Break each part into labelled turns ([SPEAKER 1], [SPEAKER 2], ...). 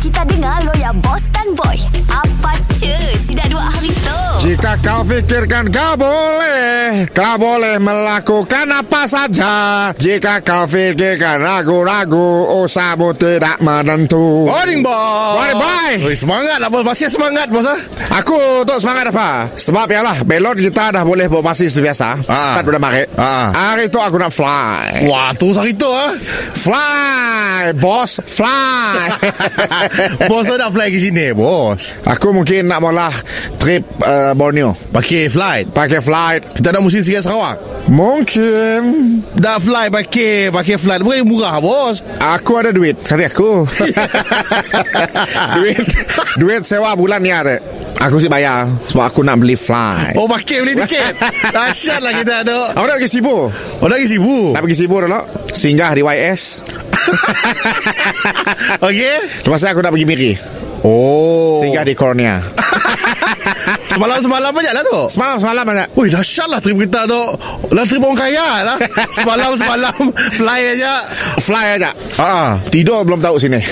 [SPEAKER 1] Kita dengar lo ya Boss dan Boy Apa cuy Si dah dua hari tu
[SPEAKER 2] Jika kau fikirkan kau boleh Kau boleh melakukan apa saja Jika kau fikirkan ragu-ragu Usahamu tidak menentu
[SPEAKER 3] Morning, boss.
[SPEAKER 2] Morning, boss.
[SPEAKER 3] Oi, semangat lah, bos. Masih semangat, bos. Ah.
[SPEAKER 2] Aku untuk semangat apa? Sebab ialah Belon kita dah boleh buat pasir seperti biasa Tak
[SPEAKER 3] Ah.
[SPEAKER 2] boleh pakai
[SPEAKER 3] Ah.
[SPEAKER 2] Hari tu aku nak fly
[SPEAKER 3] Wah, terus hari tu, ah.
[SPEAKER 2] Fly Bos fly
[SPEAKER 3] bos kau nak fly ke sini, bos.
[SPEAKER 2] Aku mungkin nak mula Trip uh, Borneo
[SPEAKER 3] Pakai flight.
[SPEAKER 2] Pakai flight
[SPEAKER 3] Kita nak musim sikit Sarawak.
[SPEAKER 2] Mungkin
[SPEAKER 3] Dah fly pakai pakai flight bukan murah bos.
[SPEAKER 2] Aku ada duit Sari aku Duit Duit sewa bulan ni ada Aku sih bayar Sebab aku nak beli fly
[SPEAKER 3] Oh pakai beli tiket. Dahsyat lah kita tu.
[SPEAKER 2] Aku nak pergi Sibu
[SPEAKER 3] Oh lagi sibuk.
[SPEAKER 2] Nak pergi Sibu dulu Singgah di YS
[SPEAKER 3] Okey.
[SPEAKER 2] Lepas tu aku nak pergi Miri
[SPEAKER 3] Oh.
[SPEAKER 2] Singgah di Kornia
[SPEAKER 3] Semalam semalam banyak lah tu.
[SPEAKER 2] Semalam semalam banyak
[SPEAKER 3] Ui dahsyat lah trip kita tu Lah trip orang kaya lah Semalam semalam Fly aja
[SPEAKER 2] Fly aja
[SPEAKER 3] Ah.
[SPEAKER 2] Tidur belum tahu sini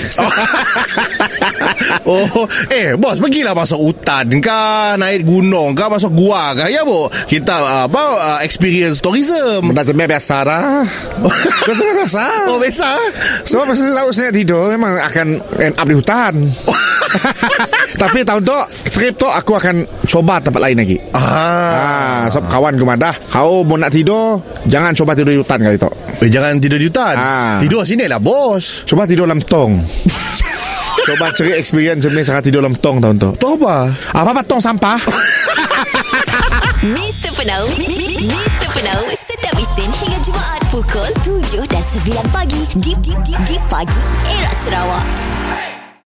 [SPEAKER 3] Oh Eh bos pergilah masuk hutan kah Naik gunung kah Masuk gua kah Ya bu Kita apa ah, Experience tourism
[SPEAKER 2] Benda cemeh biasa dah Benda cemeh biasa
[SPEAKER 3] Oh biasa
[SPEAKER 2] So mesti tahu sini tidur Memang akan end up di hutan
[SPEAKER 3] Oh.
[SPEAKER 2] Tapi tahun tu Trip tu aku akan Coba tempat lain lagi Ah,
[SPEAKER 3] Ah.
[SPEAKER 2] sob kawan ke madah. Kau mau nak tidur, jangan coba tidur di hutan kali tu.
[SPEAKER 3] Eh, jangan tidur di hutan
[SPEAKER 2] Ah.
[SPEAKER 3] Tidur sini lah bos
[SPEAKER 2] Coba tidur dalam tong. coba cari experience sebenarnya cara tidur dalam tong tahun tu.
[SPEAKER 3] Tu apa?
[SPEAKER 2] Apa apa tong sampah?
[SPEAKER 1] Mr. Penau Mi- Mi- Mi- Mr. Penau Setiap Isnin hingga Jumaat Pukul 7 dan 9 pagi Di, di, di, di pagi Era Sarawak